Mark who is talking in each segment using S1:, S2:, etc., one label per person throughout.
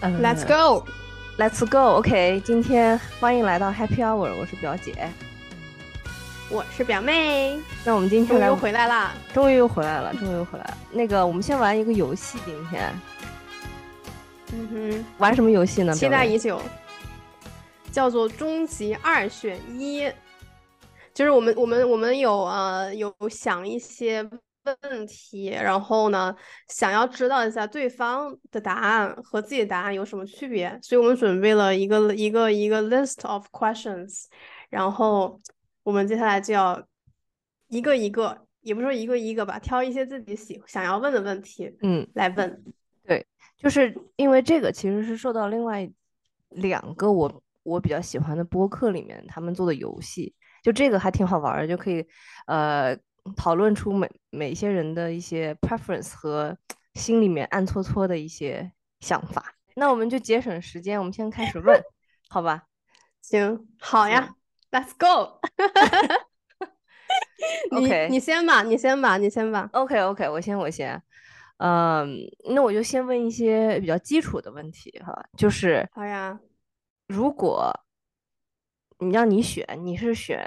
S1: 呃
S2: Let's go，
S1: Let's go，OK，、今天欢迎来到 Happy Hour，我是表姐。
S2: 我是表妹，
S1: 那我们今天
S2: 终
S1: 来
S2: 于，回来啦！
S1: 终于又回来了，终于又回来了。那个，我们先玩一个游戏，今天
S2: 嗯
S1: 玩什么游戏呢？
S2: 哼，期
S1: 表
S2: 待
S1: 妹
S2: 已久，叫做“终极二选一”，就是我们我们我们有呃有想一些问题，然后呢想要知道一下对方的答案和自己的答案有什么区别，所以我们准备了一个一个一个 list of questions，然后我们接下来就要一个一个，也不是说一个一个吧，挑一些自己喜想要问的问题
S1: 嗯，
S2: 来问。
S1: 就是因为这个其实是受到另外两个我我比较喜欢的播客里面他们做的游戏，就这个还挺好玩儿的，就可以呃讨论出每每些人的一些 preference 和心里面暗搓搓的一些想法。那我们就节省时间，我们先开始问，好吧？
S2: 行，好呀，Let's go。你
S1: OK
S2: 你先吧，你先吧，你先吧。
S1: OK OK，我先我先，嗯，那我就先问一些比较基础的问题哈，就是
S2: 好呀，
S1: 如果你让你选，你是选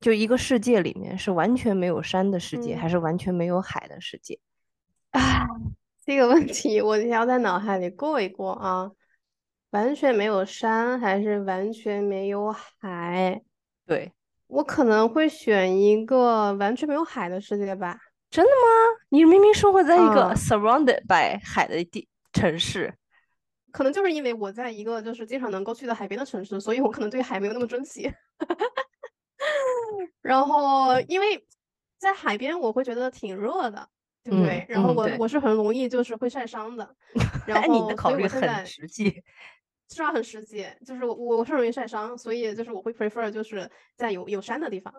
S1: 就一个世界里面是完全没有山的世界，还
S2: 嗯
S1: 是完全没有海的世界？
S2: 这个问题我得要在脑海里过一过啊。完全没有山，还是完全没有海？
S1: 对，
S2: 我可能会选一个完全没有海的世界吧。
S1: 真的吗？你明明生活在一个
S2: 嗯
S1: surrounded by 海的地城市，
S2: 可能就是因为我在一个就是经常能够去到海边的城市，所以我可能对海没有那么珍惜。 然
S1: 嗯
S2: 后因为在海边，我会觉得挺热的，对不
S1: 嗯
S2: 对？然后
S1: 嗯
S2: 我
S1: 对
S2: 我是很容易就是会晒伤的，然
S1: 哎， 你
S2: 后
S1: 的
S2: 所
S1: 考
S2: 以
S1: 虑
S2: 我现在
S1: 很实际。
S2: 至少很实际，就是我我是容易晒伤，所以就是我会 prefer 就是在有有山的地方，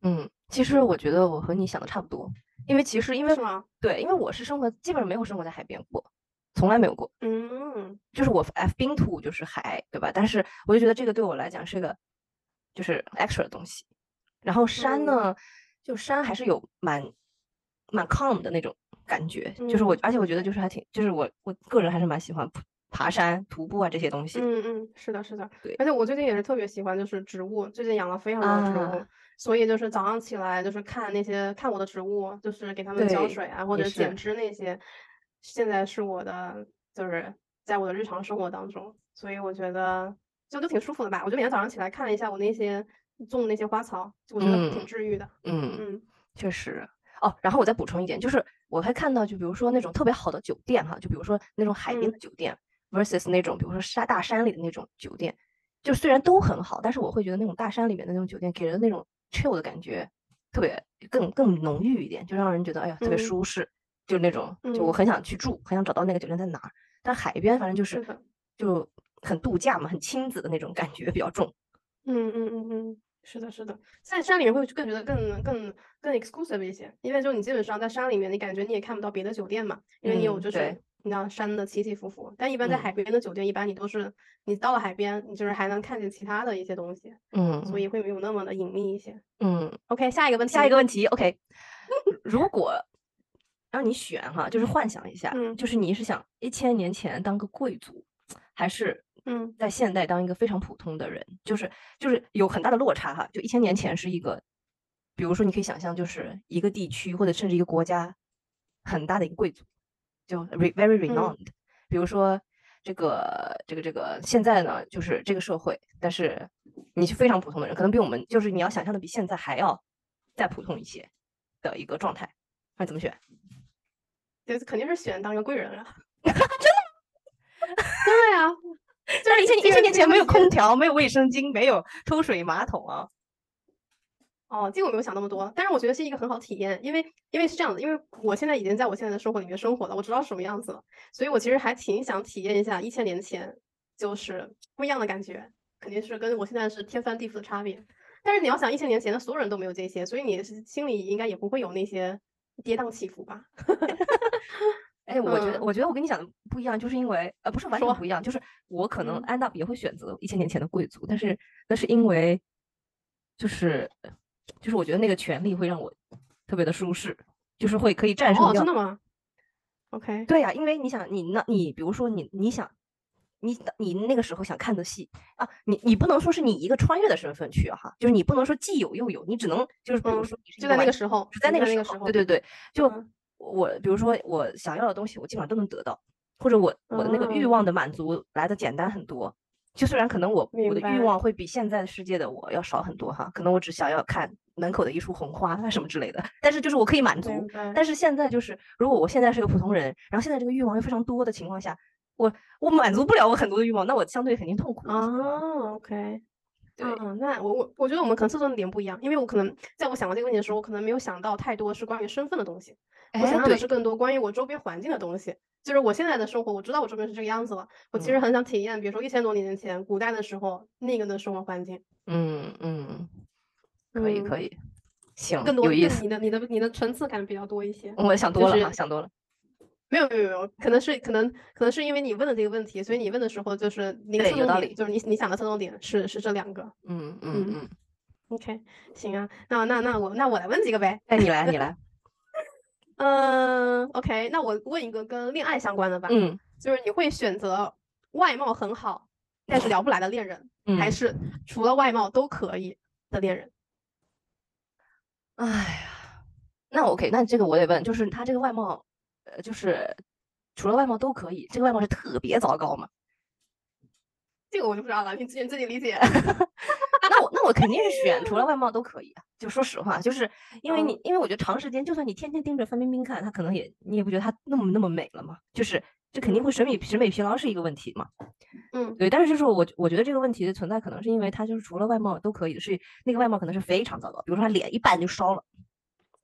S1: 嗯，其实我觉得我和你想的差不多，因为其实因为
S2: 是吗？
S1: 对，因为我是生活基本上没有生活在海边过，从来没有过。
S2: 嗯，
S1: 就是我 I've been to 就是海，对吧？但是我就觉得这个对我来讲是个就是 extra 的东西。然后山
S2: 嗯
S1: 呢，就山还是有蛮蛮 calm 的那种感觉，就是我，而且我觉得就是还挺，就是我我个人还是蛮喜欢爬山、徒步啊这些东西。
S2: 嗯嗯，是的，是的，
S1: 对
S2: 而且我最近也是特别喜欢，就是植物，最近养了非常多的植物，
S1: 啊
S2: 所以就是早上起来就是看那些看我的植物，就是给它们浇
S1: 对
S2: 水啊，或
S1: 也
S2: 者剪
S1: 是
S2: 枝那些，现在是我的就是在我的日常生活当中，所以我觉得就都挺舒服的吧。我就每天早上起来看一下我那些种的那些花草，我觉得挺
S1: 嗯
S2: 治愈的。
S1: 嗯，
S2: 嗯
S1: 确实。哦，然后我再补充一点，就是我会看到，就比如说那种特别好的酒店哈，就比如说那种海边
S2: 嗯
S1: 的酒店、versus 那种比如说沙大山里的那种酒店，就虽然都很好，但是我会觉得那种大山里面的那种酒店给人那种 chill 的感觉特别更更浓郁一点，就让人觉得哎呀特别
S2: 嗯
S1: 舒适，就那种就我
S2: 嗯
S1: 很想去住，很想找到那个酒店在哪儿。但海边反正就是是
S2: 的
S1: 就很度假嘛，很亲子的那种感觉比较重。
S2: 嗯嗯嗯嗯，是的，是的，在山里面会更觉得更更更 exclusive 一些，因为就你基本上在山里面，你感觉你也看不到别的酒店嘛，因为你有
S1: 嗯
S2: 就
S1: 对
S2: 是你知道山的起起伏伏，但一般在
S1: 嗯
S2: 海边的酒店，一般你都是你到了海边，你就是还能看见其他的一些东西，
S1: 嗯，
S2: 所以会没有那么的隐秘一些。
S1: 嗯。
S2: OK，下一个问
S1: 下一个
S2: 题，
S1: 问题，OK，如果让你选哈，就是幻想一下，
S2: 嗯
S1: 就是你是想一千年前当个贵族，还是
S2: 嗯
S1: 在现代当一个非常普通的人？就是就是有很大的落差哈。就一千年前是一个，比如说你可以想象，就是一个地区或者甚至一个国家很大的一个贵族，就 re, very renowned、比如说这个这个这个，现在呢就是这个社会，但是你是非常普通的人，可能比我们就是你要想象的比现在还要再普通一些的一个状态，那怎么选？
S2: 对，肯定是选当一个贵 人了。真的？对啊，
S1: 但 是一千一
S2: 这
S1: 千
S2: 个
S1: 年
S2: 这
S1: 前
S2: 个
S1: 没有
S2: 问题
S1: 空调，没有卫生巾，没有抽水马桶啊。
S2: 哦，这个我没有想那么多，但是我觉得是一个很好体验，因为因为是这样子，因为我现在已经在我现在的生活里面生活了，我知道是什么样子了，所以我其实还挺想体验一下一千年前就是不一样的感觉，肯定是跟我现在是天翻地覆的差别。但是你要想一千年前的所有人都没有这些，所以你是心里应该也不会有那些跌宕起伏吧？
S1: 哎，我觉得，
S2: 嗯
S1: 我觉得我跟你想的不一样，就是因为呃，不是完全
S2: 说
S1: 不一样，就是我可能
S2: 嗯
S1: end up 也会选择一千年前的贵族，但是那是因为，就是就是我觉得那个权利会让我特别的舒适，就是会可以战胜
S2: 哦，
S1: 掉。
S2: 真的吗？OK，
S1: 对呀、因为你想，你那你比如说你你想你你那个时候想看的戏啊，你你不能说是你一个穿越的身份去哈、就是你不能说既有又有，你只能就是比如
S2: 嗯
S1: 说你是一
S2: 就在那
S1: 完
S2: 个时候，
S1: 只在那个时候，对对对，就
S2: 嗯
S1: 我比如说我想要的东西，我基本上都能得到，或者我我的那个欲
S2: 哦
S1: 望的满足来的简单很多。就虽然可能我我的
S2: 明白
S1: 欲望会比现在的世界的我要少很多哈，可能我只想要看门口的一束红花啊什么之类的，但是就是我可以满足
S2: 明。白
S1: 但是现在就是，如果我现在是个普通人，然后现在这个欲望又非常多的情况下，我我满足不了我很多的欲望，那我相对肯定痛苦。
S2: 哦，OK，
S1: 对
S2: 嗯，那我我我觉得我们可能侧重点不一样，因为我可能在我想到这个问题的时候，我可能没有想到太多是关于身份的东西，我
S1: 哎
S2: 想到
S1: 对
S2: 的是更多关于我周边环境的东西。就是我现在的生活，我知道我周边是这个样子了，
S1: 嗯
S2: 我其实很想体验，比如说一千多年前古代的时候那个的生活环境，
S1: 嗯嗯，可以
S2: 嗯
S1: 可以，行，
S2: 更多
S1: 有意
S2: 更
S1: 思。
S2: 你的你的你的层次感比较多一些。
S1: 我想
S2: 就
S1: 多了
S2: 是
S1: 哈，想多了。
S2: 没有没有没有，可能是可能可能是因为你问的这个问题，所以你问的时候就是你的
S1: 对
S2: 侧
S1: 有
S2: 重
S1: 道
S2: 点
S1: 理
S2: 就是你你想的侧重点是是这两个。
S1: 嗯嗯
S2: 嗯
S1: 嗯，
S2: OK，行啊，那那那我那我来问几个呗。
S1: 哎，你来你来。
S2: 嗯，OK，那我问一个跟恋爱相关的吧，
S1: 嗯
S2: 就是你会选择外貌很好但是聊不来的恋人，
S1: 嗯，
S2: 还是除了外貌都可以的恋人？
S1: 哎呀，那 OK，那这个我得问，就是他这个外貌，呃，就是除了外貌都可以，这个外貌是特别糟糕嘛？
S2: 这个我就不知道了，你自己自己 理解。
S1: 那我那我肯定是选除了外貌都可以啊。就说实话，就是因为你，因为我觉得长时间，就算你天天盯着范冰冰看，她可能也你也不觉得她那么那么美了嘛。就是这肯定会审美审美疲劳是一个问题嘛。
S2: 嗯
S1: 对，但是就是我我觉得这个问题的存在，可能是因为她就是除了外貌都可以，是那个外貌可能是非常糟糕，比如说她脸一半就烧了，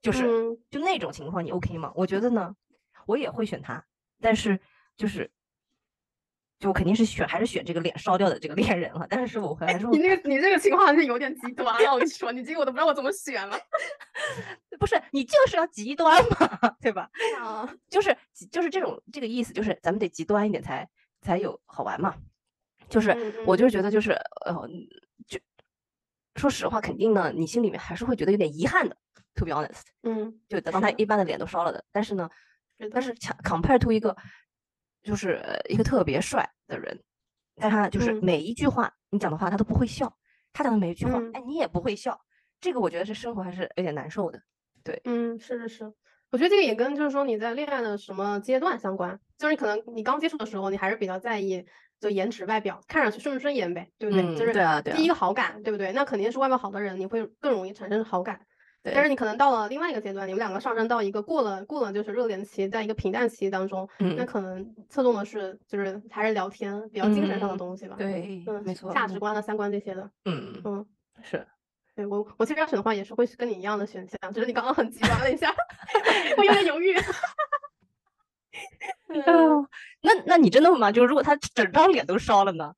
S1: 就是。
S2: 嗯
S1: 就那种情况，你 OK 吗？我觉得呢，我也会选他，但是就是，就我肯定是选还是选这个脸烧掉的这个 恋人了。但是我会还是
S2: 哎你
S1: 会
S2: 那个你这个情况是有点极端了，我跟你说，你这个我都不知道我怎么选 了。
S1: 不是你就是要极端嘛， 对吧？
S2: 啊，
S1: 就是极就是这种这个意思，就是咱们得极端一点才才有好玩嘛。就是
S2: 嗯
S1: 我就是觉得就是呃，就说实话，肯定呢，你心里面还是会觉得有点遗憾的。To be honest，
S2: 嗯，
S1: 就当
S2: 是
S1: 他
S2: 的
S1: 一般的脸都烧了的，但是呢，
S2: 是的
S1: 但是强 compare to 一个就是呃一个特别帅的人，但他就是
S2: 嗯
S1: 每一句话、你讲的话他都不会笑，他讲的每一句话、
S2: 嗯
S1: 哎你也不会笑，这个我觉得是生活还是有点难受的。
S2: 嗯，是是是，我觉得这个也跟就是说你在恋爱的什么阶段相关，就是可能你刚接触的时候，你还是比较在意就颜值外表，看上去顺不顺眼呗，对不对？
S1: 嗯
S2: 就是
S1: 对啊对啊
S2: 第一个好感，对不对？那肯定是外貌好的人，你会更容易产生好感。
S1: 对
S2: 但是你可能到了另外一个阶段，你们两个上升到一个过了过了就是热恋期，在一个平淡期当中，那
S1: 嗯，
S2: 可能侧重的是就是还是聊天，比较精神上的
S1: 嗯
S2: 东西吧。
S1: 对，
S2: 嗯，
S1: 没错，
S2: 价值观啊、三观这些的，
S1: 嗯
S2: 嗯。
S1: 是，
S2: 对我，我其实要选的话也是会跟你一样的选项，只是你刚刚很极端了一下， 我有点 犹豫。嗯
S1: 哦，那那你真的吗？就是如果他整张脸都烧了呢？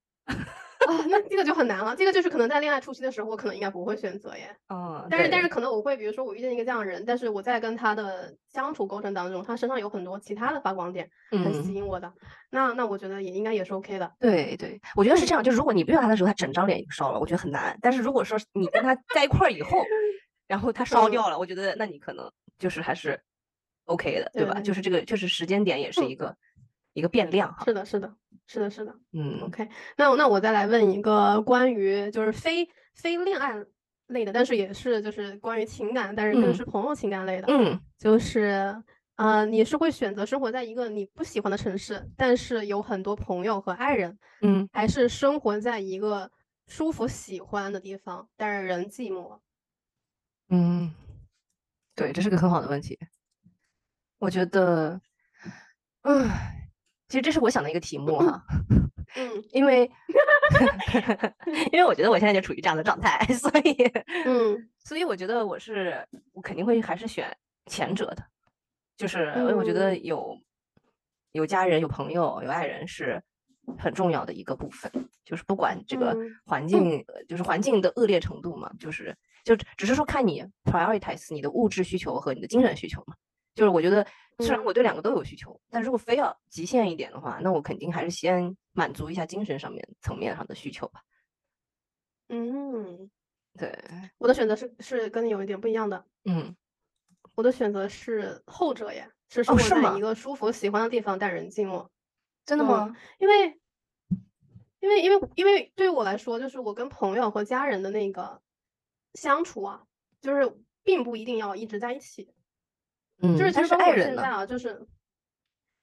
S2: 啊，那这个就很难了。这个就是可能在恋爱初期的时候，我可能应该不会选择耶。
S1: 嗯，
S2: 但是，但
S1: 对
S2: 是可能我会，比如说我遇见一个这样的人，但是我在跟他的相处过程当中，他身上有很多其他的发光点，很吸
S1: 嗯，
S2: 引我的。那那我觉得也应该也是 OK 的。
S1: 对对，我觉得是这样。就如果你不喜欢他的时候，他整张脸已经烧了，我觉得很难。但是如果说是你跟他在一块儿以 后，然后他烧
S2: 嗯
S1: 掉了，我觉得那你可能就是还是 OK 的，对吧？
S2: 对
S1: 就是这个，就是时间点也是
S2: 嗯
S1: 一个一个变量哈。
S2: 是的，是的，是的，是的。
S1: 嗯
S2: OK，那我那我再来问一个关于就是非非恋爱类的，但是也是就是关于情感，但是更
S1: 嗯
S2: 是朋友情感类的。
S1: 嗯，
S2: 就是，呃，你是会选择生活在一个你不喜欢的城市，但是有很多朋友和爱人，
S1: 嗯，
S2: 还是生活在一个舒服喜欢的地方，但是人寂寞？
S1: 嗯，对，这是个很好的问题。我觉得，唉，其实这是我想的一个题目哈。
S2: 嗯
S1: 因为，因为我觉得我现在就处于这样的状态， 所以，
S2: 嗯
S1: 所以我觉得我是我肯定会还是选前者的，就是因为我觉得
S2: 嗯
S1: 有有家人、有朋友、有爱人是很重要的一个部分，就是不管这个
S2: 嗯
S1: 环境，呃就是环境的恶劣程度嘛，就是就只只是说看你 prioritize 你的物质需求和你的精神需求嘛。就是我觉得虽然我
S2: 嗯
S1: 对两个都有需求，但如果非要极限一点的话，那我肯定还是先满足一下精神上面层面上的需求吧。
S2: 嗯，
S1: 对，
S2: 我的选择是是跟你有一点不一样的，
S1: 嗯，
S2: 我的选择是后者耶，是
S1: 哦
S2: 生活
S1: 是
S2: 在
S1: 吗
S2: 一个舒服喜欢的地方，但人寂寞。
S1: 真
S2: 嗯因为因为因为因为对于我来说，就是我跟朋友和家人的那个相处啊，就是并不一定要一直在一起。
S1: 嗯，
S2: 就是其
S1: 但
S2: 实
S1: 是
S2: 包括
S1: 爱
S2: 我
S1: 人
S2: 现在
S1: 呢，
S2: 啊，就是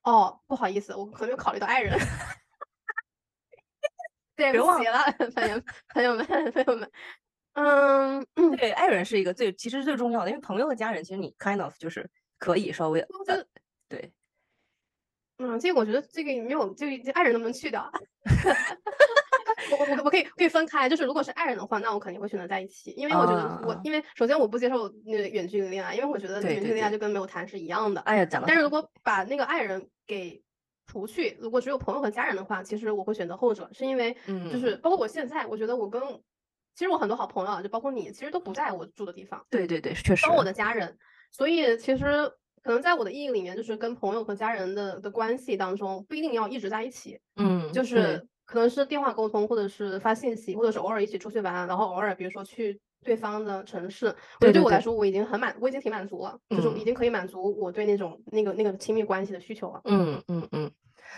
S2: 哦，不好意思，我可能没有考虑到爱人。 对
S1: 别
S2: 不
S1: 忘
S2: 起了， 朋友朋友们 朋友们，嗯， 嗯
S1: 对，爱人是一个最其实最重要的，因为朋友和家人，其实你 kind of 就是可以稍微
S2: 我觉
S1: 呃
S2: 得
S1: 对，
S2: 嗯，这个我觉得这个没有，这个这爱人能不能 去掉啊？我我我我可以可以分开，就是如果是爱人的话，那我肯定会选择在一起，因为我觉得我、
S1: 啊
S2: 因为首先我不接受那个远距离恋爱，因为我觉得
S1: 对
S2: 远
S1: 对
S2: 距离恋爱
S1: 对
S2: 就跟没有谈是一样的。
S1: 哎呀，讲的
S2: 但是如果把那个爱人给除去，如果只有朋友和家人的话，其实我会选择后者，是因为就
S1: 嗯
S2: 是包括我现在，我觉得我跟其实我很多好朋友啊，就包括你，其实都不在我住的地方，
S1: 对对对，确实
S2: 都是我的家人，所以其实可能在我的意义里面，就是跟朋友和家人的的关系当中，不一定要一直在一起，
S1: 嗯
S2: 就
S1: 对
S2: 是可能是电话沟通，或者是发信息，或者是偶尔一起出去玩，然后偶尔比如说去对方的城市。我觉
S1: 对
S2: 得
S1: 对
S2: 对我来
S1: 对
S2: 说，我已经很满，我已经挺满足了，就是已
S1: 嗯
S2: 经可以满足我对那种那个那个亲密关系的需求了。
S1: 嗯嗯嗯，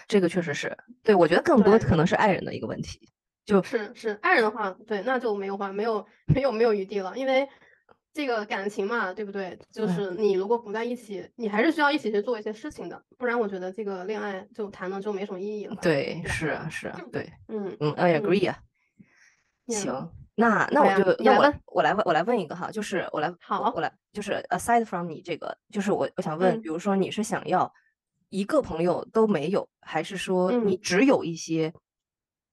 S1: 这个确实是对，我觉得更多
S2: 对
S1: 可能是爱人的一个问题，就是
S2: 是爱人的话，对，那就没有话，没有没有没有余地了，因为这个感情嘛，对不对？就
S1: 嗯
S2: 是你如果不在一起，你还是需要一起去做一些事情的，不然我觉得这个恋爱就谈了就没什么意义了。，
S1: 对，是啊是啊，对，
S2: 嗯，
S1: 嗯，I
S2: 嗯
S1: agree 啊。
S2: Yeah
S1: 行，那那
S2: 嗯好
S1: 我
S2: 呀
S1: 就
S2: 你
S1: 那
S2: 来
S1: 我我
S2: 问
S1: 来问我来问一个哈，就是我来我
S2: 好
S1: 我来就是呃 aside from 你这个，就是我我想问，
S2: 嗯
S1: 比如说你是想要一个朋友都没有，还是说你
S2: 嗯
S1: 只有一些，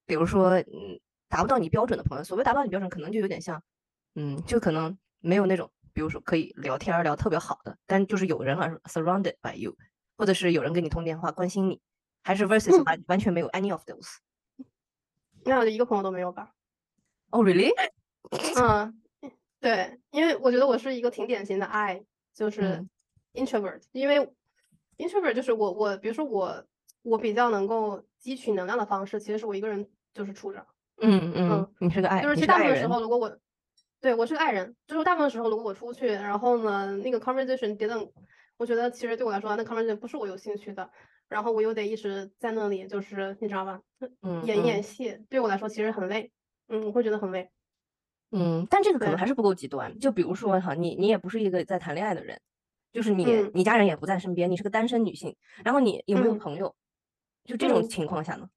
S1: 比如说嗯达不到你标准的朋友？所谓达不到你标准，可能就有点像，嗯，就可能没有那种，比如说可以聊天儿聊特别好的，但就是有人而 surrounded by you，或者是有人跟你通电话关心你，还是 versus
S2: 嗯
S1: 完完全没有 any of those？
S2: 那我就一个朋友都没有吧。
S1: 哦、r e a l l y
S2: 嗯，对，因为我觉得我是一个挺典型的 I，就是
S1: 嗯
S2: introvert，因为 introvert 就是我我，比如说我我比较能够汲取能量的方式，其实是我一个人就是处着。
S1: 嗯嗯，你是个爱，
S2: 就是
S1: 你是
S2: 其实
S1: 个
S2: 大部
S1: 爱
S2: 分时
S1: 人，
S2: 候，如果我对我是个爱人，就是大部分时候如果我出去，然后呢，那个 conversation 别的，我觉得其实对我来说，那 conversation 不是我有兴趣的，然后我又得一直在那里，就是你知道吧，
S1: 嗯
S2: 演
S1: 嗯
S2: 一演戏，对我来说其实很累，嗯，我会觉得很累，
S1: 嗯，但这个可能
S2: 对
S1: 还是不够极端。就比如说哈，你你也不是一个在谈恋爱的人，就是你、
S2: 嗯
S1: 你家人也不在身边，你是个单身女性，然后你有没有
S2: 嗯
S1: 朋友？就这种
S2: 嗯
S1: 情况下呢，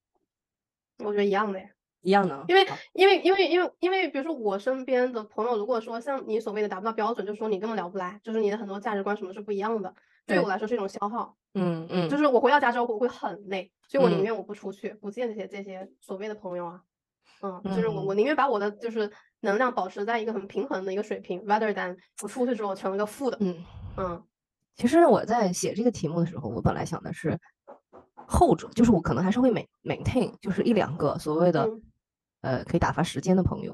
S2: 我觉得一样的呀。
S1: 一样的啊，
S2: 因为
S1: 好
S2: 因为因为因为因为，比如说我身边的朋友，如果说像你所谓的达不到标准，就说你根本聊不来，就是你的很多价值观什么是不一样的，对
S1: 对
S2: 我来说是一种消耗。
S1: 嗯嗯，
S2: 就是我回到家之后我会很累，所以我
S1: 嗯
S2: 宁愿我不出去，不见这些这些所谓的朋友啊，嗯，就是我
S1: 嗯
S2: 我宁愿把我的就是能量保持在一个很平衡的一个水平，rather than 我出去之后成了个负的，
S1: 嗯。
S2: 嗯
S1: 其实我在写这个题目的时候，我本来想的是后者，就是我可能还是会 main maintain，就是一两个所谓的、
S2: 嗯
S1: 呃可以打发时间的朋友，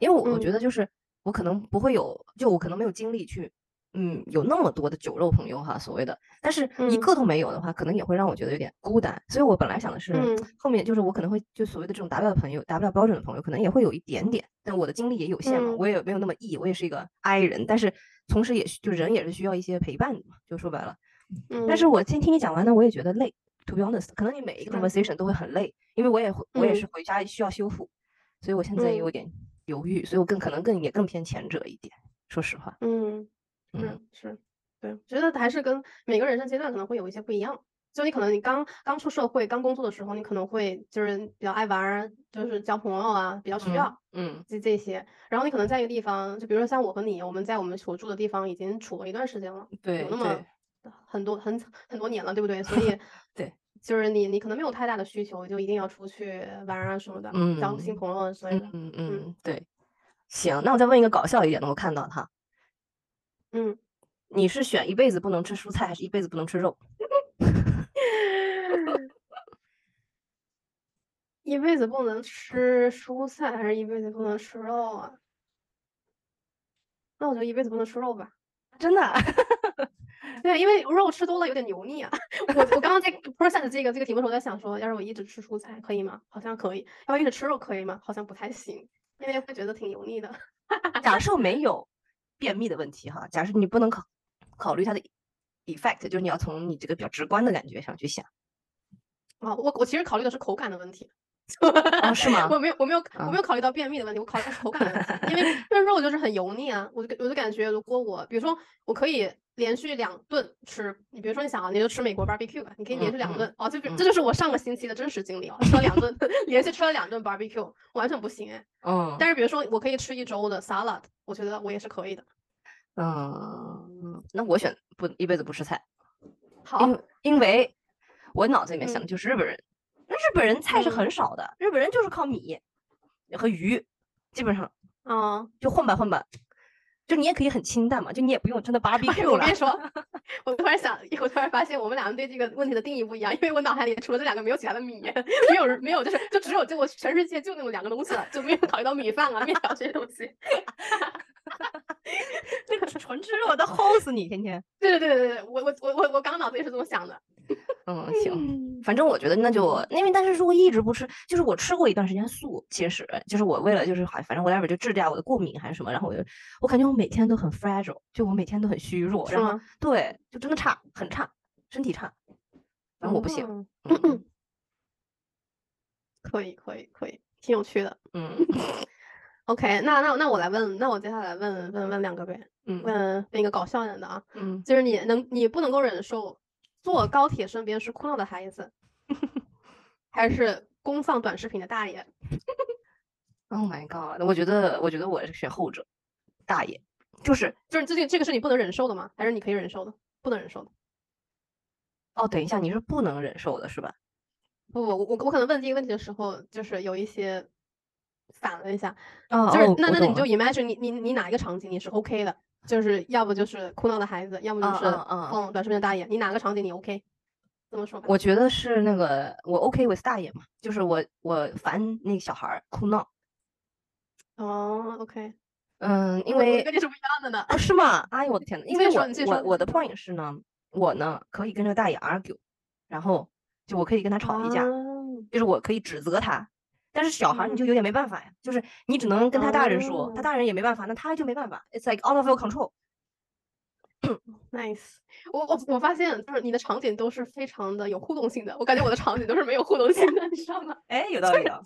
S1: 因为我我觉
S2: 嗯
S1: 得就是我可能不会有，就我可能没有精力去嗯有那么多的酒肉朋友哈所谓的，但是一
S2: 嗯
S1: 个都没有的话，可能也会让我觉得有点孤单，所以我本来想的是、
S2: 嗯
S1: 后面就是我可能会就所谓的这种达不到的朋友，达不到标准的朋友，可能也会有一点点，但我的精力也有限嘛，
S2: 嗯
S1: 我也没有那么 E，我也是一个 I 人，但是同时也是就人也是需要一些陪伴的嘛，就说白了。
S2: 嗯，
S1: 但是我今天听你讲完呢，我也觉得累。To be honest，可能你每一个
S2: 是
S1: conversation 都会很累，因为我也会我也
S2: 嗯
S1: 是回家需要修复，所以我现在也有点犹豫，所以我更可能更也更偏前者一点。说实话，
S2: 嗯
S1: 嗯
S2: 是是，对，觉得还是跟每个人生阶段可能会有一些不一样。就你可能你刚刚出社会、刚工作的时候，你可能会就是比较爱玩儿，就是交朋友啊，比较需
S1: 嗯
S2: 要。
S1: 嗯
S2: 这这些。然后你可能在一个地方，就比如说像我和你，我们在我们所住的地方已经处了一段时间了，
S1: 对
S2: 有那么
S1: 对
S2: 很多很很多年了，对不对？所以
S1: 对，
S2: 就是你你可能没有太大的需求，就一定要出去玩啊什么的，交新
S1: 嗯
S2: 朋友啊之类的
S1: 嗯。嗯嗯对。行，那我再问一个搞笑一点的，我看到哈，
S2: 嗯，
S1: 你是选一辈子不能吃蔬菜，还是一辈子不能吃肉？
S2: 一辈子不能吃蔬菜，还是一辈子不能吃肉啊？那我就一辈子不能吃肉吧。
S1: 真的啊、
S2: 对，因为肉吃多了有点油腻啊。 我我刚 刚在 process 这个这个题目的时候，在想说，要是我一直吃蔬菜可以吗？好像可以。要一直吃肉可以吗？好像不太行，因为会觉得挺油腻的。
S1: 假设没有便秘的问题哈，假设你不能考考虑它的 effect，就是你要从你这个比较直观的感觉上去想。
S2: 啊，我我其实考虑的是口感的问题。
S1: 哦，是吗？
S2: 我没有，我没有，我
S1: 啊
S2: 没有考虑到便秘的问题，我考虑到口感的问题，因为 因为肉就是很油腻啊，我就我就感觉，如果我比如说我可以连续两顿吃，你比如说你想啊，你就吃美国 barbecue 吧，你可以连续
S1: 嗯
S2: 两
S1: 嗯
S2: 顿、哦，就比
S1: 嗯
S2: 这就是我上个星期的真实经历啊，吃了两顿，连续吃了两顿 barbecue，我完全不行哎。
S1: 嗯
S2: 但是比如说我可以吃一周的 salad，我觉得我也是可以的。
S1: 嗯，那我选不一辈子不吃菜，
S2: 好
S1: 因，为因为我脑子里面想
S2: 嗯
S1: 的就是日本人，那日本人菜是很少的，日本人就是靠米和鱼，基本上
S2: 嗯，
S1: 就混吧混吧，就你也可以很清淡嘛， 就你也不用真的 barbecue
S2: 哎我
S1: 了
S2: 跟你，说，我突然想，我突然发现我们俩对这个问题的定义不一样，因为我脑海里除了这两个没有其他的米，没有没有，就是就只有就我全世界就那么两个东西了，就没有考虑到米饭啊、面条这些东西。
S1: 那个纯吃肉都齁死你，天天。
S2: 对对对对对，我我我我我刚脑子也是这么想的。
S1: 嗯，行，反正我觉得那就因为，但是如果一直不吃，就是我吃过一段时间素，其实就是我为了就是好，反正 whatever 就治掉我的过敏还是什么，然后我就我感觉我每天都很 fragile，就我每天都很虚弱，
S2: 是
S1: 然后
S2: 吗？
S1: 对，就真的差，很差，身体差，然后我不行，
S2: 嗯
S1: 嗯
S2: 可以可以可以，挺有趣的。
S1: 嗯
S2: OK，那那那我来问，那我接下来问问问两个呗，
S1: 嗯
S2: 问问一个搞笑一点的啊，
S1: 嗯，
S2: 就是你能你不能够忍受坐高铁身边是哭闹的孩子，还是公放短视频的大爷？
S1: Oh my god！我觉得，我觉得我是选后者，大爷，就是
S2: 就是这个这个是你不能忍受的吗？还是你可以忍受的？不能忍受的。
S1: 哦，等一下，你是不能忍受的是吧？
S2: 不不，我我我可能问这个问题的时候，就是有一些反了一下，
S1: 哦
S2: 就是
S1: 哦
S2: 那
S1: 我
S2: 那那
S1: 懂
S2: 你就
S1: 了
S2: imagine 你你你哪一个场景你是 OK 的？就是要不就是哭闹的孩子，要么就
S1: 嗯
S2: 是
S1: 嗯嗯
S2: 嗯短视频的大爷，你哪个场景你 OK？这么说吧，
S1: 我觉得是那个我 OK with 大爷嘛，就是我我烦那个小孩儿哭闹，
S2: 哦，OK，
S1: 嗯，因
S2: 我我
S1: 为
S2: 跟你是不一样的呢。
S1: 哦是吗？哎呦我的天呐，因
S2: 接
S1: 为
S2: 受
S1: 我
S2: 你接
S1: 我
S2: 受
S1: 我的 point 是呢，我呢可以跟这个大爷 argue，然后就我可以跟他吵一架，
S2: 哦
S1: 就是我可以指责他，但是小孩儿你
S2: 嗯
S1: 就有点没办法呀，就是你只能跟他大人说，他
S2: 哦
S1: 大人也没办法，那他就没办法，it's like out of your control。
S2: Nice，我我我发现就是你的场景都是非常的有互动性的，我感觉我的场景都是没有互动性的，你知道吗？
S1: 哎，有道理啊，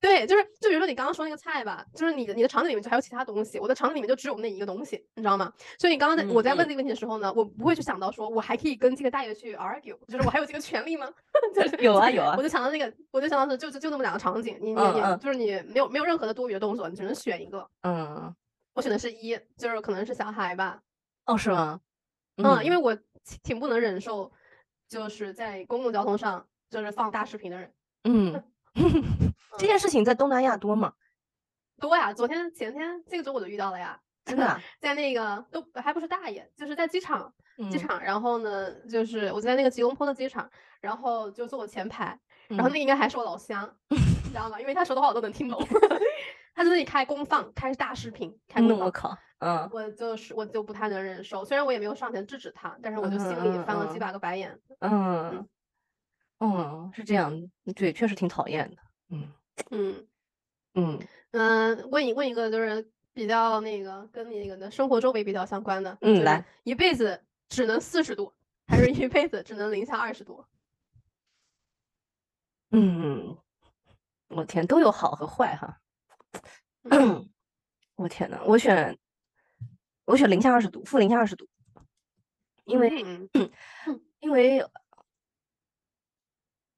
S2: 对，就是就比如说你刚刚说那个菜吧，就是你的你的场景里面就还有其他东西，我的场景里面就只有那一个东西，你知道吗？所以你刚刚在我
S1: 嗯
S2: 在问
S1: 嗯
S2: 这个问题的时候呢，我不会去想到说我还可以跟这个大爷去 argue，就是我还有这个权利吗？ 就是
S1: 有啊
S2: 就是
S1: 有啊
S2: 我就想到那个，我就想到是就就就那么两个场景，你你
S1: 嗯
S2: 你
S1: 嗯
S2: 就是你没有没有任何的多余的动作，你只能选一个。
S1: 嗯，
S2: 我选的是一，就是可能是小孩吧，
S1: 哦是吗？
S2: 嗯，因为我挺挺不能忍受，就是在公共交通上就是放大视频的人。
S1: 嗯， 这件事情在东南亚多吗？
S2: 多呀，昨天前天这个周我就遇到了呀，
S1: 真的啊，
S2: 在那个都还不是大爷，就是在机场，
S1: 嗯
S2: 机场，然后呢，就是我在那个吉隆坡的机场，然后就坐我前排，然后
S1: 嗯
S2: 那应该还是我老乡， 你知道吗？因为他说的话我都能听懂， 他在那里开公放，开大视频，开
S1: 嗯
S2: 公
S1: 我
S2: 放。
S1: 靠，嗯
S2: 我就是我就不太能忍受，虽然我也没有上前制止他，但是我就心
S1: 嗯
S2: 里
S1: 嗯
S2: 翻了几
S1: 嗯
S2: 百个白眼。
S1: 嗯嗯，是这样，对，确实挺讨厌的，嗯
S2: 嗯
S1: 嗯
S2: 嗯，问一问一个就是比较那个跟你那个的生活周围比较相关的，
S1: 嗯
S2: 就是
S1: 来，
S2: 一辈子只能四十度，还是一辈子只能零下二十度？
S1: 嗯，我天，都有好和坏哈，
S2: 嗯
S1: 我天呐，我选我选零下二十度，负零下二十度， 因为
S2: 嗯
S1: 因为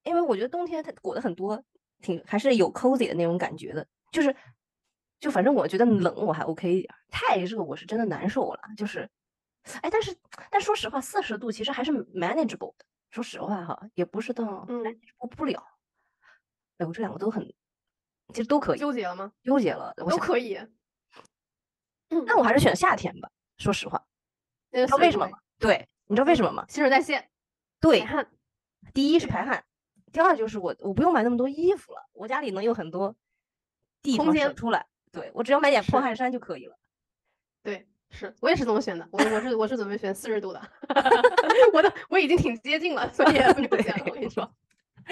S1: 因为我觉得冬天它裹的很多，挺还是有 cozy 的那种感觉的，就是就反正我觉得冷我还 OK 一点儿，太热我是真的难受了，就是哎，但是但说实话，四十度其实还是 manageable 的，说实话哈，也不是到
S2: 嗯，
S1: 过不了，哎，我这两个都很其实都可以
S2: 纠结了吗？
S1: 纠结了，我
S2: 都
S1: 想
S2: 可以。嗯
S1: 那我还是选夏天吧，说实话，
S2: 那
S1: 你知道为什么吗？？对，你知道为什么吗？
S2: 新陈代谢，
S1: 对
S2: 排，汗
S1: 第一是排汗，第二就是我我不用买那么多衣服了，我家里能有很多地
S2: 空
S1: 方省
S2: 间
S1: 出来，对我只要买点破
S2: 是
S1: 汗衫就可以了。
S2: 对，是我也是这么选的，我我是我是准备选四十度 的， 我的我已经挺接近了，所以也不用选了。我跟你说，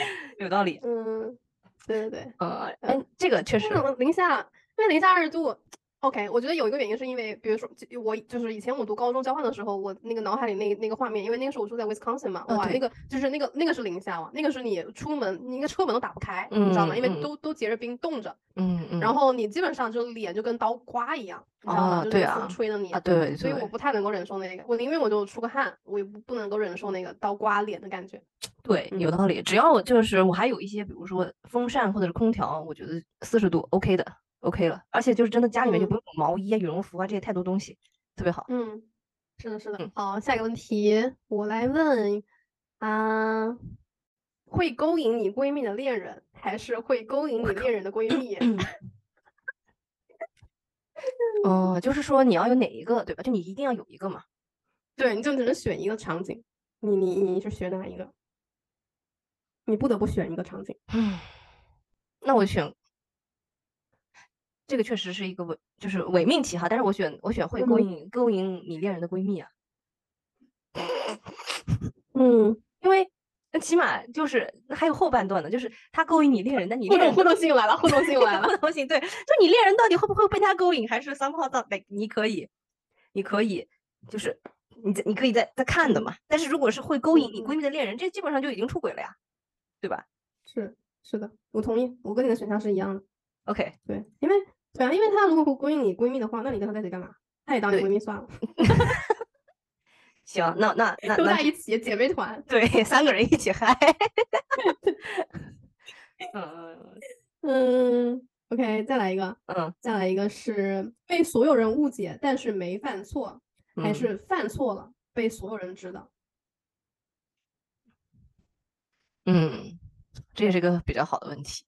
S1: 有道理，
S2: 嗯，对对对，
S1: 呃，
S2: 呃
S1: 哎，这个确实，
S2: 那种零下，因为零下二十度，哦， OK，我觉得有一个原因是因为，比如说就我就是以前我读高中交换的时候，我那个脑海里那那个画面，因为那个时候我住在 Wisconsin 嘛，
S1: 嗯
S2: 哇，
S1: 对
S2: 那个就是那个那个是零下哇，那个是你出门你那个车门都打不开，你知道吗？
S1: 嗯
S2: 因为
S1: 嗯
S2: 都都结着冰冻着，
S1: 嗯嗯，
S2: 然后你基本上就脸就跟刀刮一样，你知道
S1: 啊
S2: 吗？就
S1: 对
S2: 是
S1: 啊
S2: 风吹的你
S1: 啊，对对，
S2: 所以我不太能够忍受那个，我宁愿我就出个汗，我也不不能够忍受那个刀刮脸的感觉。
S1: 对，有
S2: 嗯
S1: 道理。只要我就是我还有一些，比如说风扇或者是空调，我觉得四十度 OK 的，OK 了。而且就是真的家里面就
S2: 嗯
S1: 不用有毛衣啊、羽绒服啊这些太多东西，特别好。
S2: 嗯，是的，是的
S1: 嗯。
S2: 好，哦下一个问题我来问啊，会勾引你闺蜜的恋人，还是会勾引你恋人的闺蜜？
S1: 嗯、就是说你要有哪一个，对吧？就你一定要有一个嘛。
S2: 对，你就只能选一个场景，你你你是选哪一个？你不得不选一个场景。
S1: 嗯，那我选这个确实是一个伪，就是伪命题哈。但是我选我选会勾
S2: 嗯
S1: 引、勾引你恋人的闺蜜啊，
S2: 嗯，
S1: 因为那起码就是还有后半段呢，就是他勾引你恋人，但 你
S2: 互
S1: 恋人
S2: 动互动性来了，互动性来了。
S1: 不能行，对，就你恋人到底会不会被他勾引，还是 somehow 到 like 你可以，你可以，就是你在你可以在在看的嘛。但是如果是会勾引你
S2: 嗯
S1: 闺蜜的恋人，这基本上就已经出轨了呀，对吧
S2: 是是的，我同意，我跟你的选项是一样的。
S1: ？OK，
S2: 对，因为对啊，因为她如果不勾引你闺蜜的话，那你跟她在一起干嘛？她也当你
S1: 对
S2: 闺蜜算了，
S1: 行，那那那
S2: 都
S1: 那
S2: 在一起姐妹团。
S1: 对三个人一起嗨。 嗯
S2: 嗯，OK，再来一个，
S1: 嗯
S2: 再来一个是被所有人误解，但是没犯错，
S1: 嗯，
S2: 还是犯错了被所有人知道？
S1: 嗯，这也是个比较好的问题。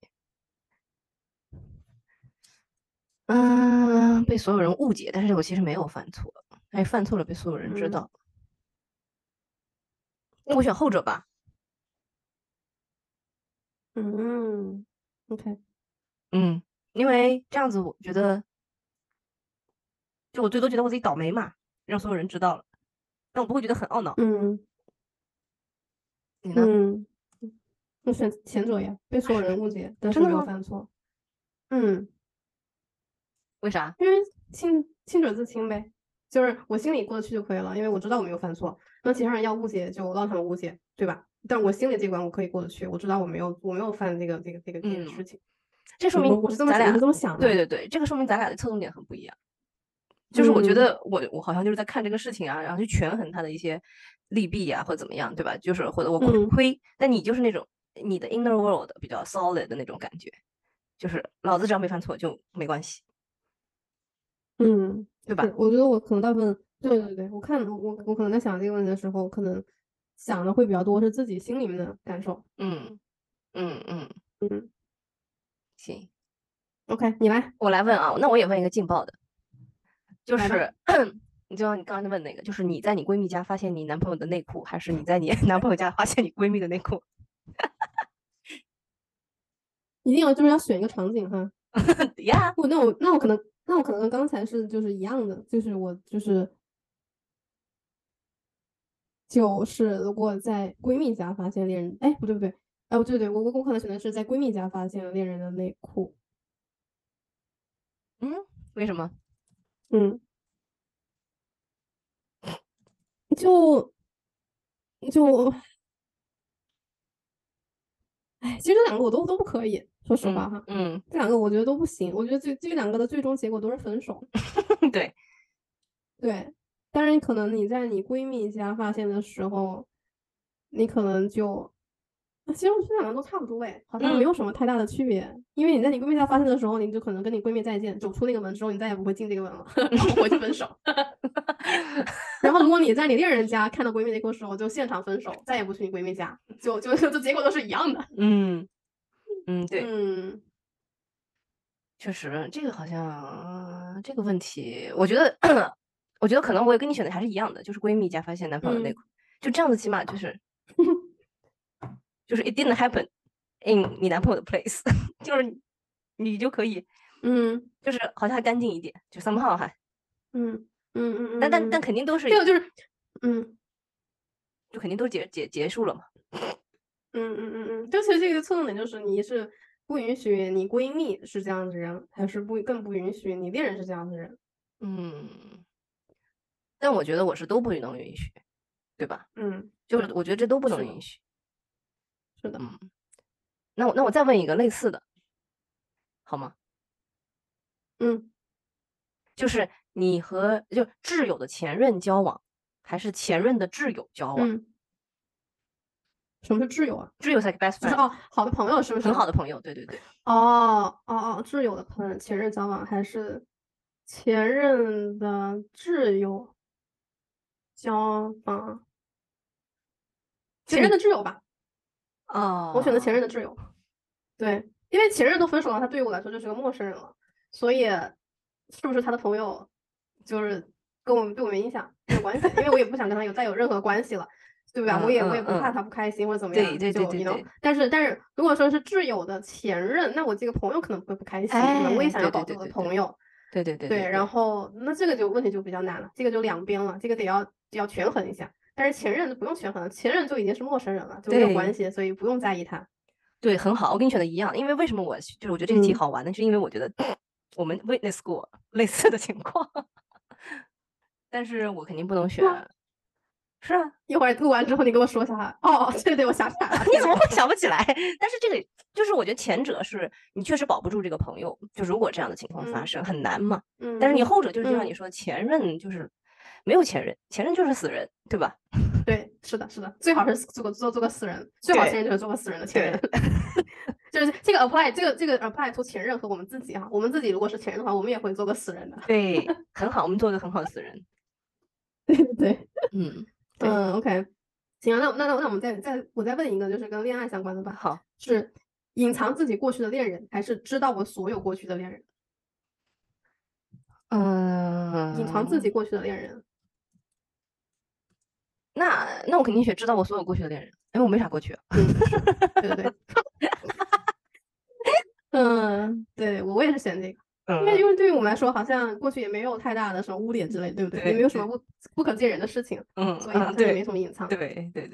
S1: 嗯，被所有人误解，但是我其实没有犯错，哎，犯错了被所有人知
S2: 嗯
S1: 道。那我选后者吧。
S2: 嗯，OK，
S1: 嗯，因为这样子，我觉得，就我最多觉得我自己倒霉嘛，让所有人知道了，但我不会觉得很懊恼。
S2: 嗯
S1: 你呢？
S2: 嗯，我选前者呀，被所有人误解，但是
S1: 哎真的
S2: 没有
S1: 吗
S2: 犯错。嗯，
S1: 为啥？
S2: 因为清清者自清呗，就是我心里过得去就可以了，因为我知道我没有犯错。那其他人要误解就让他们误解，对吧？但我心里这关我可以过得去，我知道我没有我没有犯这个这个这个这
S1: 嗯
S2: 个事情。
S1: 这说
S2: 我
S1: 明
S2: 我是这么
S1: 咱
S2: 想我
S1: 俩
S2: 是这么想的。
S1: 对对对，这个说明咱俩的侧重点很不一样。就是我觉
S2: 嗯
S1: 得我我好像就是在看这个事情啊，然后去权衡它的一些利弊啊，或者怎么样，对吧？就是或者我亏
S2: 嗯
S1: 亏，但你就是那种你的 inner world 比较 solid 的那种感觉，就是老子只要没犯错就没关系，
S2: 嗯，
S1: 对吧
S2: 对，？我觉得我可能大部分，对对对，我看我我可能在想这个问题的时候，可能想的会比较多是自己心里面的感受。
S1: 嗯嗯嗯
S2: 嗯
S1: 行，
S2: ，OK，你来，
S1: 我来问啊，那我也问一个劲爆的，就
S2: 来吧
S1: 是 你就像你刚才问那个，就是你在你闺蜜家发现你男朋友的内裤，还是你在你 男朋友家发现你闺蜜的内裤？
S2: 一定要就是要选一个场景哈。
S1: 呀，
S2: 我那我那我可能那我可能跟刚才是就是一样的，就是我就是就是如果在闺蜜家发现恋人，哎，不对不对，哎，不对不对，我我我可能选的是在闺蜜家发现恋人的内裤。
S1: 嗯，为什么？
S2: 嗯，就就，哎，其实这两个我都都不可以，说实话哈，
S1: 嗯，
S2: 这两个我觉得都不行，我觉得这这两个的最终结果都是分手。
S1: 嗯对，
S2: 对，当然可能你在你闺蜜家发现的时候，你可能就，啊其实我觉得两个都差不多哎，好像
S1: 嗯
S2: 没有什么太大的区别，因为你在你闺蜜家发现的时候，你就可能跟你闺蜜再见，走出那个门之后，你再也不会进这个门了， 然后回去分手。 然后如果你在你恋人家看到闺蜜那个时候，就现场分手，再也不去你闺蜜家，就 就就结果都是一样的。
S1: 嗯，嗯，对，
S2: 嗯
S1: 确实，这个好像这个问题，我觉得，我觉得可能我也跟你选的还是一样的，就是闺蜜家发现男朋友的内
S2: 嗯
S1: 裤，就这样子，起码就是， 就是 it didn't happen in 你男朋友的 place，就是 你你就可以，
S2: 嗯
S1: 就是好像还干净一点，就 somehow 还，
S2: 嗯嗯嗯
S1: 但但但
S2: 嗯
S1: 肯定都是
S2: 这，个就是，嗯。
S1: 就肯定都结结结束了嘛，
S2: 嗯嗯嗯嗯，就其实这个侧重点就是你是不允许你闺蜜是这样的人，还是不更不允许你恋人是这样的人。
S1: 嗯，但我觉得我是都不能允许，对吧？
S2: 嗯，
S1: 就是我觉得这都不能
S2: 是的
S1: 允许。
S2: 是的，
S1: 嗯，那我那我再问一个类似的，好吗？
S2: 嗯，
S1: 就是你和就挚友的前任交往，还是前任的挚友交往？
S2: 嗯。什么是挚友啊？
S1: 挚友才 best
S2: 就是
S1: friend，
S2: 哦，好的朋友是不是？
S1: 哎很好的朋友。对对对，
S2: 哦哦哦，挚友的朋友，前任交往还是前任的挚友交往？
S1: 就
S2: 前任
S1: 你
S2: 的挚友吧，
S1: 哦
S2: 我选择前任的挚友。对，因为前任都分手了，他对于我来说就是个陌生人了，所以是不是他的朋友，就是跟我们对我没影响没有关系，因为我也不想跟他有再有任何关系了，对吧？我
S1: 嗯
S2: 也我也
S1: 嗯
S2: 不怕
S1: 嗯
S2: 他不开心或者怎么
S1: 对
S2: 样，
S1: 对对
S2: 就
S1: 对
S2: 你能
S1: 对。
S2: 但是但是如果说是挚友的前任，那我这个朋友可能会不开心，对吧我
S1: 哎
S2: 也想
S1: 对对
S2: 要保
S1: 对
S2: 住我的
S1: 对对
S2: 朋友，
S1: 对对对
S2: 然后那这个就问题就比较难了，这个就两边了，这个得要得要权衡一下。但是前任就不用权衡了，前任就已经是陌生人了，就没有
S1: 对
S2: 关系，所以不用在意他。
S1: 对，很好，我跟你选的一样。因为为什么我就是我觉得这个题
S2: 嗯
S1: 好玩呢？是因为我觉得我们 witness 过类似的情况， 但是我肯定不能选。是啊，，
S2: 一会儿录完之后你跟我说一下哈。哦，对对，我想起来了
S1: 你怎么会想不起来？但是这个就是我觉得前者是你确实保不住这个朋友，就如果这样的情况发
S2: 嗯
S1: 生、很难嘛。
S2: 嗯，
S1: 但是你后者就是就像
S2: 嗯
S1: 你说的，前任就是没有前任，前任就是死人，对吧？
S2: 对，是的，是的，最好是做个做做个死人，最好
S1: 对
S2: 前任就是做个死人的 前任。就是这个 apply 这个这个 apply to 前任和我们自己哈、我们自己如果是前任的话，我们也会做个死人的。
S1: 对， 很好，我们做一个很好的死人。
S2: 对对对。
S1: 嗯，对
S2: 嗯，OK，行啊，那那那我们再再我再问一个，就是跟恋爱相关的吧，
S1: 好。
S2: 是隐藏自己过去的恋人，还是知道我所有过去的恋人？
S1: 嗯，
S2: 隐藏自己过去的恋人，
S1: 那那我肯定选知道我所有过去的恋人，因为我没啥过去啊。
S2: 嗯，是对对对， 嗯，对我我也是选这个，
S1: 嗯
S2: 因为因为对于我们来说，好像过去也没有太大的什么污点之类，对不对？也
S1: 对
S2: 没有什
S1: 对
S2: 么不不可见人的事情，
S1: 嗯
S2: 所以好像也没
S1: 对
S2: 什么隐藏，
S1: 对对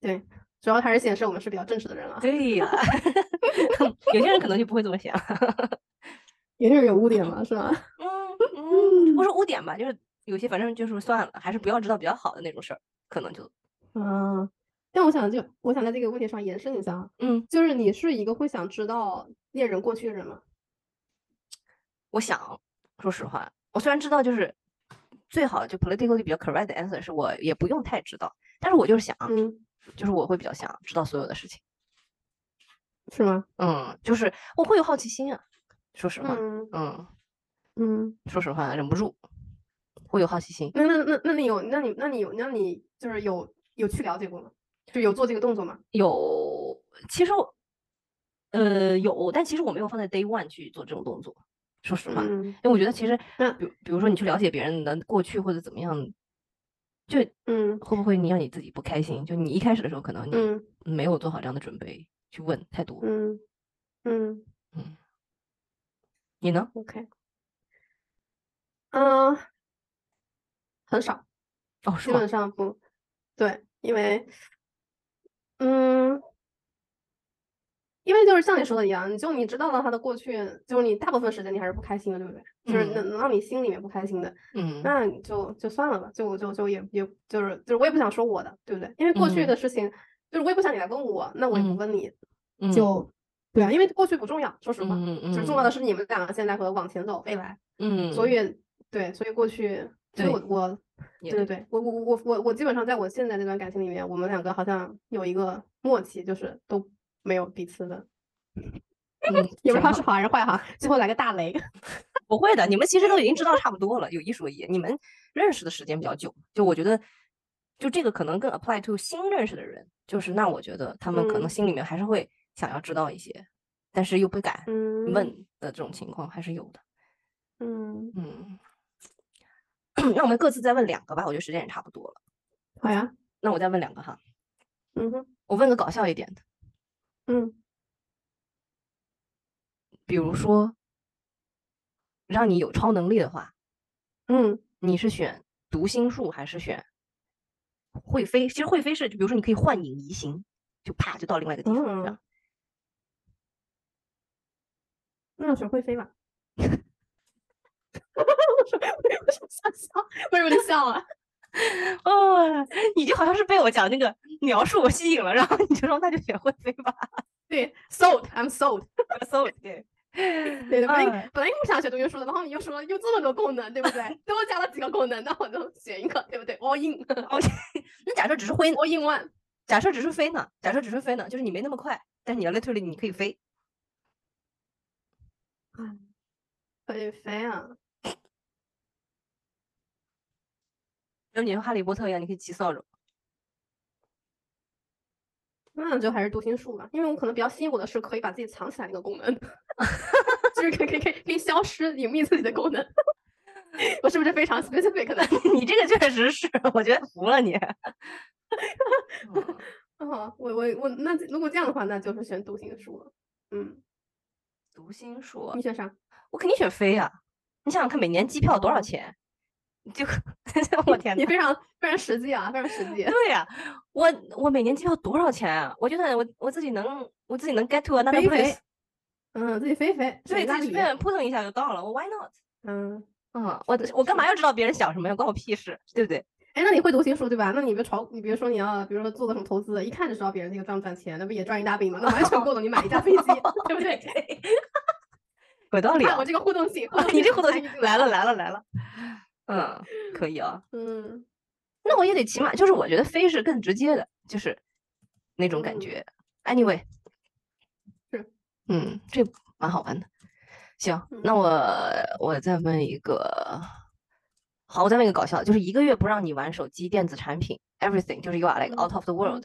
S1: 对
S2: 主要还是显示我们是比较正直的人啊。
S1: 对呀，有些人可能就不会这么想。
S2: 有些人有污点嘛，是吧？
S1: 嗯嗯，不是污点吧，就是有些反正就是算了，还是不要知道比较好的那种事儿，可能就
S2: 啊，但我想就我想在这个问题上延伸一下啊，
S1: 嗯，
S2: 就是你是一个会想知道恋人过去的人吗？
S1: 我想说实话，我虽然知道就是最好就 politically 比较 correct 的 answer 是我也不用太知道，但是我就是想，
S2: 嗯，
S1: 就是我会比较想知道所有的事情。
S2: 是吗？
S1: 嗯，就是我会有好奇心啊，说实话，
S2: 嗯
S1: 嗯，
S2: 嗯，
S1: 说实话忍不住会有好奇心。
S2: 那那那那你有那你那你有那你就是有有去了解过吗？就有做这个动作吗？
S1: 有，其实我，呃，有，但其实我没有放在 day one 去做这种动作。说实话，因
S2: 嗯
S1: 哎为我觉得其实，
S2: 那
S1: 比如比如说你去了解别人的过去或者怎么样，就
S2: 嗯
S1: 会不会你让你自己不开心？就你一开始的时候，可能你
S2: 嗯
S1: 没有做好这样的准备，去问太多。
S2: 嗯嗯
S1: 你呢？
S2: ，OK，嗯，很少。
S1: 哦，是
S2: 基
S1: 吗
S2: 本？上不，对，因为，嗯，因为就是像你说的一样，你就你知道了他的过去，就是你大部分时间你还是不开心的，对不对？就是
S1: 嗯
S2: 能能让你心里面不开心的，
S1: 嗯
S2: 那你就就算了吧，就就就也也就是就是我也不想说我的，对不对？因为过去
S1: 嗯
S2: 的事情，就是我也不想你来问我，那我也不
S1: 嗯
S2: 问你，
S1: 嗯
S2: 就对啊，因为过去不重要，说实话，
S1: 嗯嗯，
S2: 就是重要的是你们两个现在和往前走未来，
S1: 嗯，
S2: 所以对，所以过去，所
S1: 对
S2: 以我我
S1: 也
S2: 对 对对，我我我我我基本上在我现在这段感情里面，我们两个好像有一个默契，就是都没有彼此的，
S1: 嗯
S2: 也不
S1: 挺
S2: 知道
S1: 好
S2: 是好还是坏哈。最后来个大雷，
S1: 不会的，你们其实都已经知道差不多了。有一说一，你们认识的时间比较久，就我觉得，就这个可能更 apply to 新认识的人，就是那我觉得他们可能
S2: 嗯
S1: 心里面还是会想要知道一些，但是又不敢
S2: 嗯，
S1: 问的这种情况还是有的。
S2: 嗯，
S1: 嗯， 那我们各自再问两个吧，我觉得时间也差不多了。
S2: 好呀，
S1: 那我再问两个哈，
S2: 嗯哼，
S1: 我问个搞笑一点的，
S2: 嗯
S1: 比如说，让你有超能力的话，
S2: 嗯
S1: 你是选读心术还是选会飞？其实会飞是，比如说你可以幻影移形，就啪就到另外一个地方，这
S2: 嗯
S1: 样
S2: 那水会飞 吗？我说我想笑，为什么你笑了？
S1: 哦， 你就好像是被我讲那个描述我吸引了，然后你就说那就学会飞吧。
S2: 对，sold，I'm sold。
S1: so 对，
S2: 对的，本来、
S1: 嗯
S2: 本来不想学读音术的，然后你又说又这么多功能，对 不对？多加了几个功能，那我就选一个，对不对？All in，all
S1: 那假设只是挥，
S2: in one。
S1: 假设只是飞呢？假设只是飞呢？就是你没那么快，但是你 literally 你可以飞。
S2: 可以飞啊！
S1: 就是你说哈利波特一样，你可以骑扫帚。
S2: 那就还是读心术吧，因为我可能比较吸引我的是可以把自己藏起来那个功能， 就是可以可以可以可以消失隐秘自己的功能。 我是不是非常 specific 的？
S1: 你这个确实是， 我觉得服了 你。 嗯
S2: 啊，我我我，那如果这样的话，那就是选读心术了。嗯，
S1: 读心术
S2: 你，选啥？
S1: 我肯定选飞呀、你想想看，每年机票多少钱？ 就我天
S2: 你
S1: 呐！
S2: 非常非常实际啊，非常实 际。
S1: 对呀、我我每年机票多少钱啊？我觉得我我自己能我自己能 get to another
S2: 飞一飞
S1: place，，
S2: 嗯，自己飞一飞，
S1: 对，自己随
S2: 己，
S1: 便扑腾一下就到了。我 why not？
S2: 嗯，
S1: 嗯，我我干嘛要知道别人想什么呀？关我屁事，对不对？
S2: 哎，那你会读心术对吧？那你别炒，你别说你要，比如说做个什么投资，一看就知道别人那个赚不赚钱，那不也赚一大笔吗？那完全够了，你买一架飞机， 对不对？
S1: 有道理
S2: 看
S1: 啊
S2: 我！这个互动 性，互
S1: 你 这
S2: 互
S1: 互动
S2: 动性
S1: 性
S2: 参与进
S1: 来了，来了来了， 嗯，可以啊。
S2: 嗯，
S1: 那我也得起码就是我觉得飞是更直接的，就是那种感
S2: 嗯
S1: 觉。Anyway，
S2: 是，
S1: 嗯，这蛮好玩的。行，那
S2: 嗯
S1: 我我再问一个，好，我再问一个搞笑的，就是一个月不让你玩手机、电子产品，everything，就是 you are like out
S2: 嗯
S1: of the
S2: 嗯
S1: world，、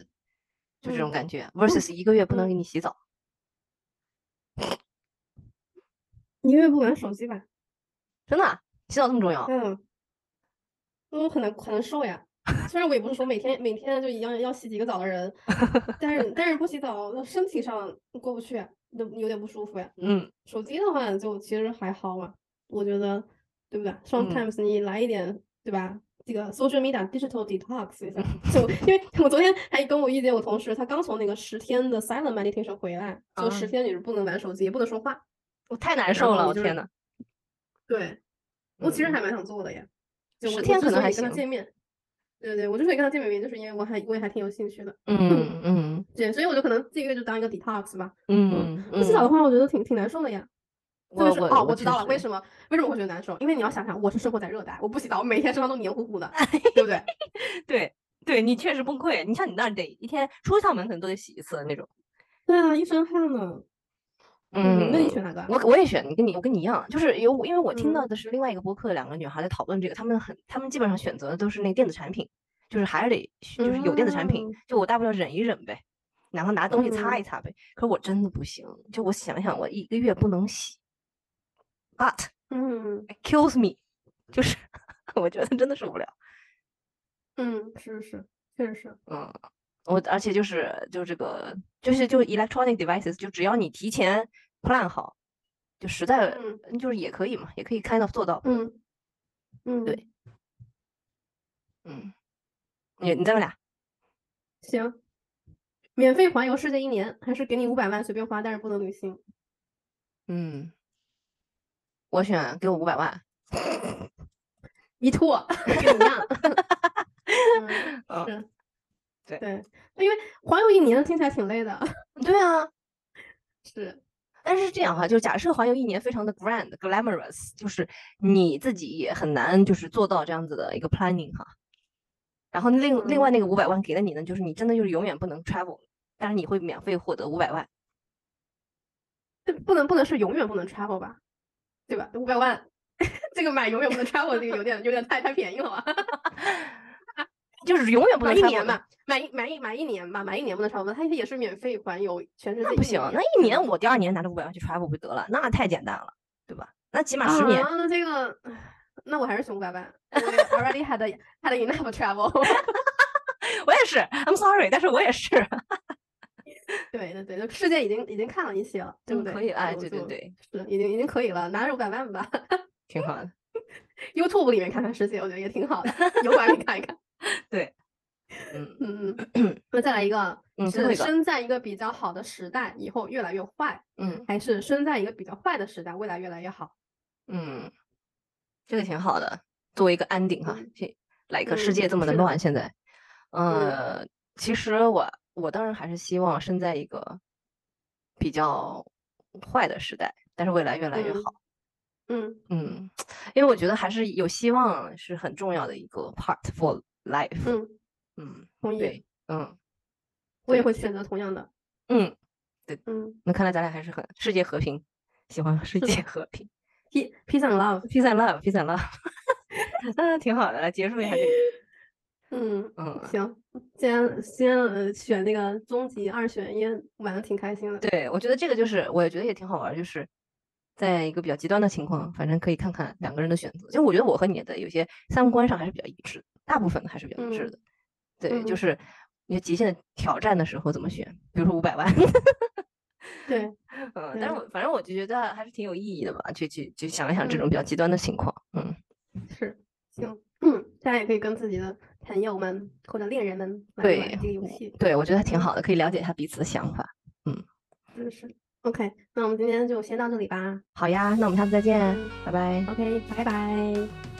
S1: 就这种
S2: 嗯
S1: 感觉，versus 一个月不能
S2: 嗯
S1: 给你洗澡。
S2: 你因为不玩手机吧？
S1: 真的啊、洗澡这么重要？
S2: 嗯，因为我很难很难受呀。虽然我也不是说每天每天就一样要洗几个澡的人， 但是但是不洗澡，那身体上过不去，就有点不舒服呀。
S1: 嗯，
S2: 手机的话就其实还好嘛，我觉得，对不对
S1: 嗯
S2: ？Sometimes 你来一点，对吧？这个 social media digital detox 一下，就因为我昨天还跟我遇见我同事，他刚从那个十天的 silent meditation 回来，就十
S1: 啊
S2: 天你是不能玩手机，也不能说话。
S1: 我太难受
S2: 后
S1: 了，
S2: 你
S1: 我
S2: 就是
S1: 天呐。
S2: 对，我其实
S1: 嗯
S2: 还蛮想做的耶。就
S1: 十
S2: 我
S1: 天
S2: 我之
S1: 可能
S2: 所以
S1: 还
S2: 跟他
S1: 行
S2: 见面，对对对，我之所以跟他见面，就是因为我还我也还挺有兴趣的，
S1: 嗯 嗯
S2: 对，所以我就可能这个月就当一个 detox 吧。
S1: 嗯
S2: 不洗澡的话，我觉得挺挺难受的呀。特
S1: 我
S2: 别是
S1: 我
S2: 哦，
S1: 我
S2: 我知道了，为
S1: 么？
S2: 什么为什么我会觉得难受？因为你要想想，我是生活在热带，我不洗澡，我每天身上都黏糊糊的，对不对？
S1: 对对，你确实崩溃。你像你那儿得一天出一趟门可能都得洗一次的那种。
S2: 对啊，一身汗呢。那你
S1: 嗯
S2: 选哪个啊？
S1: 我我也选，你跟你我跟你一样，就是有因为我听
S2: 嗯
S1: 到的是另外一个播客，两个女孩在讨论这个，她们很她们基本上选择的都是那个电子产品，就是还是得就是有电子产品
S2: 嗯，
S1: 就我大不了忍一忍呗，哪怕拿东西擦一擦呗。可是我真的不行，就我想想，我一个月不能洗，but
S2: 嗯
S1: it kills me，就是 我觉得真的受不了。
S2: 嗯，是是，确实是。
S1: 嗯，我而且就是就这个就是就 electronic devices，就只要你提前 plan 好，就实在、
S2: 嗯
S1: 就是也可以嘛，也可以 kind of 做到。
S2: 嗯嗯，
S1: 对，嗯，你你再问俩，
S2: 行。免费环游世界一年，还是给你五百万随便花，但是不能旅行。
S1: 嗯，我选给我五百万，
S2: 一吐， 跟你一样。嗯
S1: 嗯
S2: 是，
S1: 对
S2: 对，因为环游一年听起来挺累的，
S1: 对啊，
S2: 是，
S1: 但是这样哈、就假设环游一年非常的 grand glamorous，就是你自己也很难就是做到这样子的一个 planning 哈。然后另另外那个五百万给了你呢，就是你真的就是永远不能 travel，但是你会免费获得五百万。
S2: 这不能不能是永远不能 travel 吧，对吧？五百万， 这个买永远不能 travel 这个有点有点太太便宜了吧？
S1: 就是永远不
S2: 买
S1: 能
S2: 一
S1: travel
S2: 年
S1: 的
S2: 吧，买一买一买一年吧，买一年不能 travel，它也是免费环游全世界。嗯
S1: 那不行，那一嗯年我第二年拿着五百万去 travel 不得了？那太简单了，对吧？那起码十年，
S2: 啊，那这个，唉那我还是选五百万。我 already had a- had enough travel。
S1: 我也是，I'm sorry，但是我也是，
S2: 对对对，就世界已经已经看了一些了，对不
S1: 嗯
S2: 对？
S1: 可以，哎，
S2: 就
S1: 对对，对，
S2: 就是已经已经可以了，拿着五百万吧。
S1: 挺好的，
S2: YouTube 里面看看世界，我觉得也挺好的，油管里看一看。
S1: 对，嗯
S2: 嗯，那再来一个，
S1: 嗯最后
S2: 是
S1: 一个
S2: 生在一个比较好的时代，以后越来越坏，
S1: 嗯
S2: 还是生在一个比较坏的时代，未来越来越好？
S1: 嗯，这个挺好的，作为一个安定哈
S2: 嗯，
S1: 这来一个世
S2: 嗯
S1: 界这么的
S2: 是的
S1: 乱，现在，
S2: 嗯
S1: 呃，其实我我当然还是希望生在一个比较坏的时代，但是未来越来越
S2: 嗯
S1: 好。
S2: 嗯
S1: 嗯，因为我觉得还是有希望是很重要的一个 part for life。
S2: 嗯，
S1: 嗯，
S2: 同意，
S1: 对，嗯
S2: 我也
S1: 对
S2: 会选择同样的。
S1: 嗯，
S2: 嗯
S1: 那看来咱俩还是很世界和平，喜欢世
S2: 是
S1: 界和平
S2: ，peace peace and love。
S1: ，peace and love，peace and love，嗯，挺好的，来结束一下这个，
S2: 嗯，
S1: 嗯，
S2: 行，今天今天呃选那个终极二选一，玩的挺开心的。
S1: 对，我觉得这个就是，我也觉得也挺好玩儿，就是在一个比较极端的情况，反正可以看看两个人的选择。就我觉得我和你的有些三观上还是比较一致，大部分的还是比较一致
S2: 嗯
S1: 的。对，就
S2: 嗯
S1: 是你极限的挑战的时候怎么选，比如说五 百万，
S2: 对，
S1: 嗯，但是
S2: 对
S1: 我反正我就觉得还是挺有意义的吧，去去去想一想这种
S2: 嗯
S1: 比较极端的情况，嗯，
S2: 是，行，嗯，大家也可以跟自己的朋友们或者恋人们玩一玩
S1: 对
S2: 这个游戏，
S1: 对，我觉得还挺
S2: 嗯
S1: 好的，可以了解一下彼此的想法。
S2: 真的是。OK，那我们今天就先到这里吧。
S1: 好呀，那我们下次再见，
S2: 嗯
S1: 嗯拜拜。
S2: OK，拜拜。